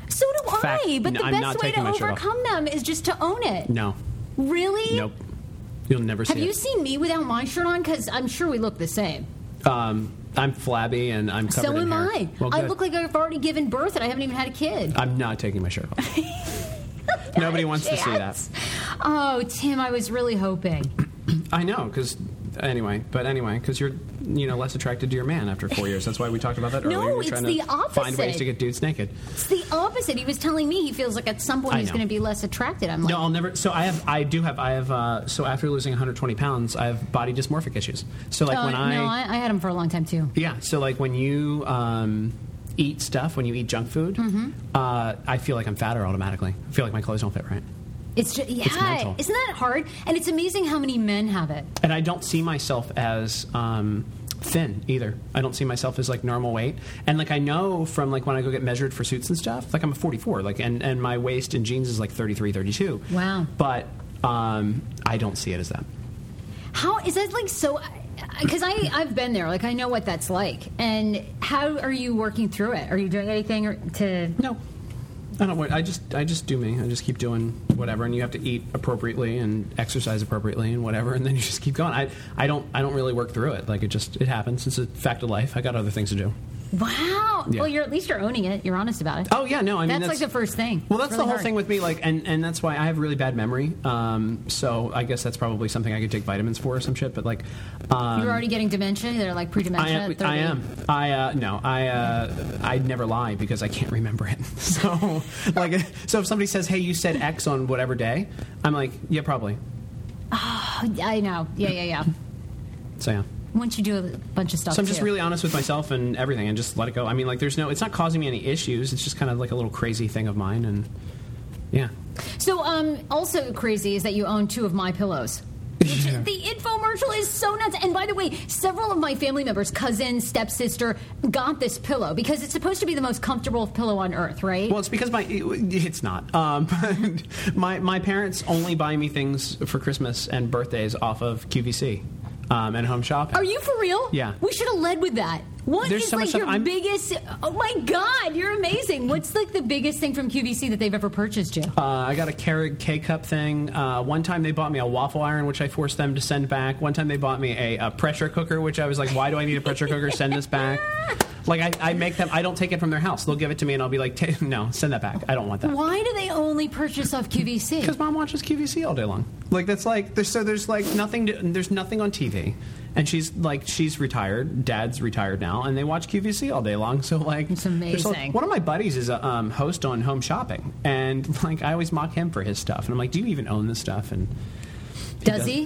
So do
Fact.
I. But
No,
the
I'm
best
not
way to
taking my shirt off.
overcome them is just to own it.
No.
Really?
Nope. You'll never see
Have
it.
you seen me without my shirt on? Because I'm sure we look the same.
um, I'm flabby and I'm covered
so
in
am
hair.
I.
Well,
I
good. Ah.
look like I've already given birth and I haven't even had a kid.
I'm not taking my shirt off. Nobody wants to see that.
Oh, Tim, I was really hoping.
I know, because anyway, but anyway, because you're you know less attracted to your man after four years. That's why we talked about that
No,
earlier. You're
it's
trying
the
to find ways
opposite.
to get dudes naked.
It's the opposite. He was telling me he feels like at some point
I
he's
know.
going to be less attracted. I'm like,
No, I'll never. So I have. I do have. I have. Uh, so after losing 120 pounds, I have body dysmorphic issues. So like
oh,
when
no, I, I had him for a long time too.
Yeah. So like when you um, eat stuff, when you eat junk food, uh, I feel like I'm fatter automatically. I feel like my clothes don't fit right,
It's just, yeah,
mental.
isn't that hard? And it's amazing how many men have it.
and I don't see myself as um, thin either. I don't see myself as like normal weight. And like I know from like when I go get measured for suits and stuff, like I'm a 44, like and and my waist in jeans is like 33, 32.
Wow.
But um, I don't see it as that.
How is that like so? Because I I've been there, like I know what that's like. And how are you working through it? Are you doing anything or- to?
No. I don't. worry. I just. I just do me. I just keep doing whatever, and you have to eat appropriately and exercise appropriately and whatever, and then you just keep going. I. I don't. I don't really work through it. Like it just. It happens. It's a fact of life. I got other things to do.
Wow.
Yeah.
Well, you're at least you're owning it. You're honest about it.
Oh yeah, no, I mean
That's like the first thing.
Well, that's
It's
the
really
whole
hard.
thing with me, like, and and that's why I have really bad memory. Um, so I guess that's probably something I could take vitamins for or some shit. But like, um,
You're already getting dementia. They're like
I
pre-dementia.
am.
at 30.
I am. I uh, no. I uh, I never lie because I can't remember it. So like, so if somebody says, "Hey, you said X on whatever day," I'm like, "Yeah, probably."
Oh, I know. Yeah, yeah, yeah.
So yeah.
Once you do a bunch of stuff.
So I'm just
too.
really honest with myself and everything, and just let it go. I mean, like, there's no. It's not causing me any issues. It's just kind of like a little crazy thing of mine, and yeah.
So, um, also crazy is that you own two of my pillows. Which- The infomercial is so nuts. And by the way, several of my family members, cousin, stepsister, got this pillow because it's supposed to be the most comfortable pillow on earth, right?
Well, it's because my it's not. Um, my my parents only buy me things for Christmas and birthdays off of QVC um, and Home Shopping.
Are you for real?
Yeah.
We should have led with that. What is
There's so much
like
stuff-
your
I'm-
biggest? Oh my God, you're amazing. What's like the biggest thing from QVC that they've ever purchased you?
Uh, I got a Keurig K cup thing. Uh, one time they bought me a waffle iron, which I forced them to send back. One time they bought me a, a pressure cooker, which I was like, "Why do I need a pressure cooker? Send this back." Like I, I make them. I don't take it from their house. They'll give it to me, and I'll be like, "Ta- "No, send that back. I don't want that."
Why do they only purchase off QVC?
Because mom watches QVC all day long. Like that's like there's, so there's like nothing to, there's nothing on TV, and she's like she's retired. Dad's retired now, and they watch QVC all day long. So like
It's
there's, like-
amazing.
one of my buddies is a um, host on Home Shopping, and like I always mock him for his stuff, and I'm like, do you even own this stuff? And
Does he?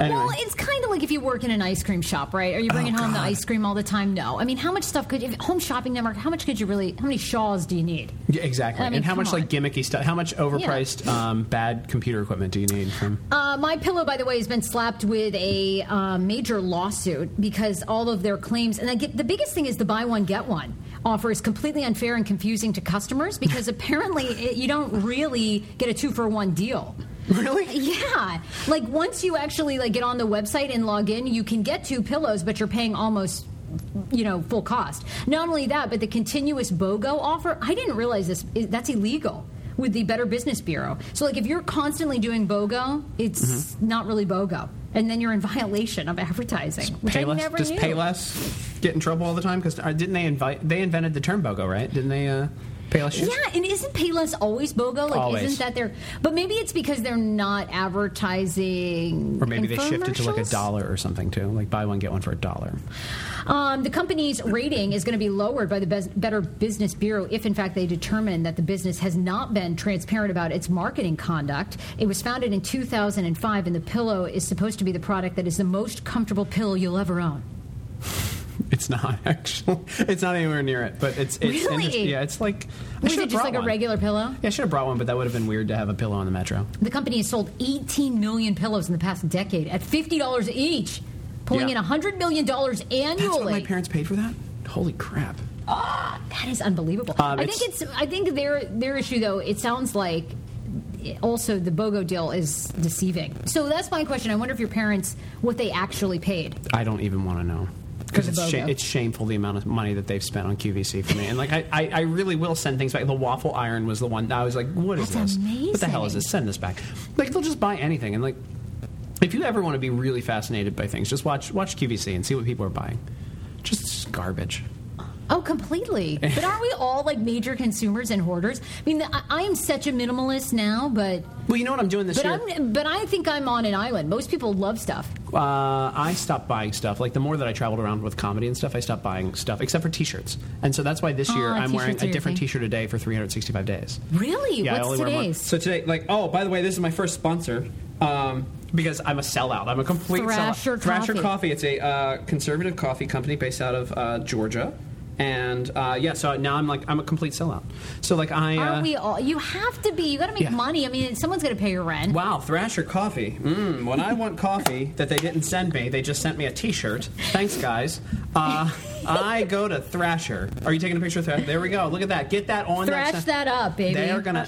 anyway,
Well, it's kind of like if you work in an ice cream shop, right? Are you bringing home the ice cream all the time? No. I mean, how much stuff could if Home Shopping Network? How much could you really? How many Shaws do you need?
yeah, exactly.
I mean,
and how
come
much like
on.
gimmicky stuff? How much overpriced um, bad computer equipment do you need from?
Uh, my pillow, by the way, has been slapped with a uh, major lawsuit because all of their claims. And I get the biggest thing is the buy one get one offer is completely unfair and confusing to customers because apparently it, you don't really get a two for one deal.
Really?
Yeah, like once you actually like get on the website and log in, you can get two pillows, but you're paying almost you know full cost. Not only that, but the continuous BOGO offer. I didn't realize this. i- That's illegal with the Better Business Bureau. So like if you're constantly doing BOGO, it's
Mm-hmm.
not really BOGO, and then you're in violation of advertising, which
Pay
I
less.
never
Does
knew.
pay less get in trouble all the time? Because didn't they invite? They invented the term BOGO, right? Didn't they? Uh, pay less shoes.
Yeah, and isn't Payless always BOGO? Like,
Always.
isn't that their? But maybe it's because they're not advertising.
Or maybe they shifted to like a
infomercials?
dollar or something too. Like buy one get one for a dollar.
Um, the company's rating is going to be lowered by the Bes- Better Business Bureau if, in fact, they determine that the business has not been transparent about its marketing conduct. It was founded in 2005, and the pillow is supposed to be the product that is the most comfortable pill you'll ever own.
It's not actually. It's not anywhere near it. But it's it's
Really?
interesting. yeah. It's like I
Or Is
should've
it just
brought
like
one.
a regular pillow?
Yeah, I should have brought one, but that would have been weird to have a pillow on the metro.
The company has sold 18 million pillows in the past decade at $50 each, pulling
Yeah.
in $100 million annually.
That's what my parents paid for that. Holy crap!
That is unbelievable.
Um,
I think it's,
it's-
I think their their issue though. It sounds like also the BOGO deal is deceiving. So that's my question. I wonder if your parents what they actually paid.
I don't even want to know because
For the
it's sha-
BOGO.
it's shameful the amount of money that they've spent on QVC for me. And like I, I, I really will send things back. The waffle iron was the one that I was like, what is
That's
this? What the hell is
amazing.
this? Send this back. Like they'll just buy anything. And like if you ever want to be really fascinated by things, just watch watch QVC and see what people are buying. Just garbage.
Oh, completely. but aren't we all like major consumers and hoarders? I mean, I, I am such a minimalist now, but
Well, you know what I'm doing this
but
year.
I'm but I think I'm on an island. Most people love stuff.
uh, I stopped buying stuff. Like the more that I traveled around with comedy and stuff, I stopped buying stuff except for T-shirts. And so that's why this year
Aw,
I'm wearing
Oh, t-shirts are
a
your
different
thing.
T-shirt a day for 365 days.
Really?
Yeah, I
What's
only wear one.
today's?
So today, like, oh, by the way, this is my first sponsor. Um, because I'm a sellout. I'm a complete
Thrasher
sellout. Thrasher
Coffee.
Coffee. It's a uh, conservative coffee company based out of uh, Georgia, and uh, yeah. So now I'm like I'm a complete sellout. So like I.
Aren't
uh,
we all? You have to be. You got to make
Yeah.
money. I mean, someone's going to pay your rent.
Wow, Thrasher Coffee. Mm, when I want coffee that they didn't send me, they just sent me a T-shirt. Thanks, guys. Uh, I go to Thrasher. Are you taking a picture of Thrasher? There we go. Look at that. Get that on.
Thrash
next-
that up, baby.
They are gonna.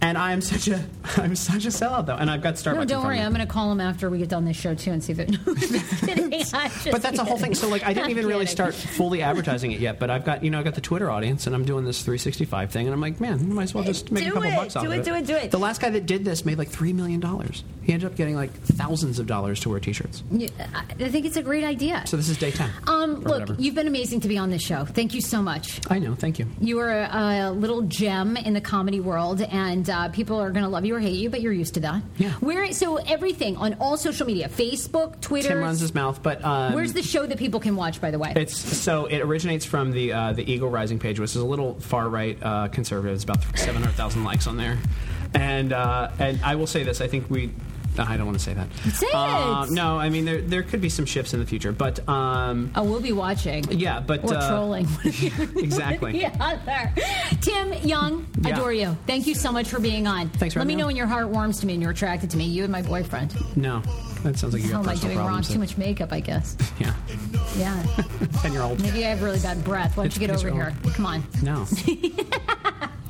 And I am such a, I'm such a sellout though, and I've got Starbucks.
No,
in
don't
front
worry.
of me.
I'm going to call him after we get done this show too and see if it. No, I'm just kidding. I'm just
But that's the whole thing.
kidding.
So like, I didn't
I'm
even really
kidding.
start fully advertising it yet. But I've got, you know, I got the Twitter audience, and I'm doing this 365 thing, and I'm like, man, might as well just make
Do
a couple
it,
bucks off
do
of
it,
it.
do it, do it.
The last guy that did this made like three million dollars. He ended up getting like thousands of dollars to wear T-shirts.
You- I I think it's a great idea.
So this is day ten. or
um, look,
whatever.
you've been a amazing to be on this show. Thank you so much.
I know. Thank you.
You are a, a little gem in the comedy world, and uh, people are going to love you or hate you, but you're used to that.
Yeah.
Where so everything on all social media, Facebook, Twitter.
Tim runs his mouth, but um,
Where's the show that people can watch? By the way,
It's so it originates from the uh, the Eagle Rising page, which is a little far right uh, conservative. It's about seven hundred thousand likes on there, and uh, and I will say this: I think we. I don't want to say that.
Say it!
Uh, no, I mean there there could be some shifts in the future, but um,
oh, we'll be watching.
yeah, but
Or
uh,
trolling.
exactly.
yeah, there. Tim Young,
Yeah.
adore you. Thank you so much for being on.
Thanks for
Let me
having me
know
on.
when your heart warms to me and you're attracted to me. You and my boyfriend.
No, that sounds like you
How
got
am I
personal
doing wrong?
problems.
Too much makeup, I guess.
Yeah,
Yeah.
ten year old.
Maybe I have really bad breath. Why don't
It's
you get over
miserable.
here? Come on.
No.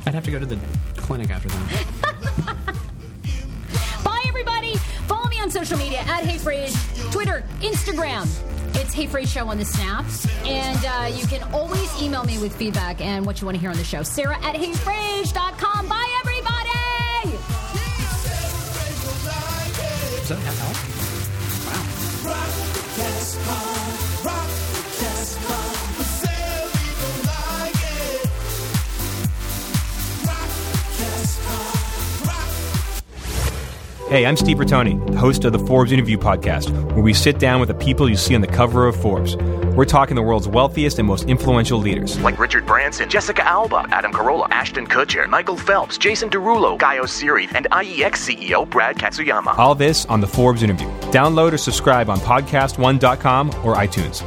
I'd have to go to the clinic after that.
Bye, everybody. Follow me on social media at HeyFrage, Twitter, Instagram. It's Hey Frage Show on the Snap. And uh, you can always email me with feedback and what you want to hear on the show. Sarah at HeyFrage.com. Bye, everybody.
Does that help?
Hey, I'm Steve Bertoni, host of the Forbes Interview Podcast, where we sit down with the people you see on the cover of Forbes. We're talking the world's wealthiest and most influential leaders.
like Richard Branson, Jessica Alba, Adam Carolla, Ashton Kutcher, Michael Phelps, Jason Derulo, Guy Osiri, and E IEX CEO Brad Katsuyama.
All this on the Forbes Interview. Download or subscribe on podcast1.com or iTunes.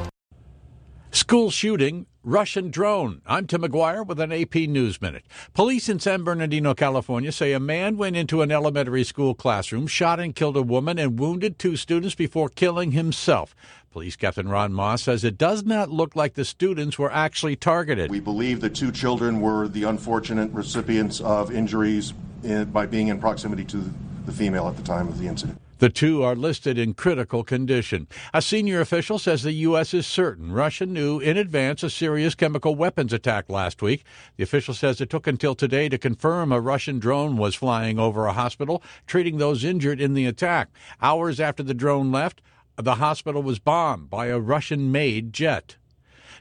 School shooting, Russian drone. I'm Tim McGuire with an AP News Minute. Police in San Bernardino, California say a man went into an elementary school classroom, shot and killed a woman, and wounded two students before killing himself. Police Captain Ron Moss says it does not look like the students were actually targeted.
We believe the two children were the unfortunate recipients of injuries in, by being in proximity to the female at the time of the incident.
The two are listed in critical condition. A senior official says the U.S. is certain Russia knew in advance a serious chemical weapons attack last week. The official says it took until today to confirm a Russian drone was flying over a hospital, treating those injured in the attack. Hours after the drone left, the hospital was bombed by a Russian made jet.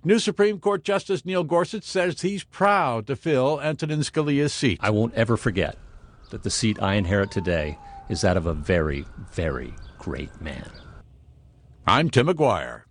New Supreme Court Justice Neil Gorsuch says he's proud to fill Antonin Scalia's seat.
I won't ever forget that the seat I inherit today is that of a very, very great man.
I'm Tim McGuire.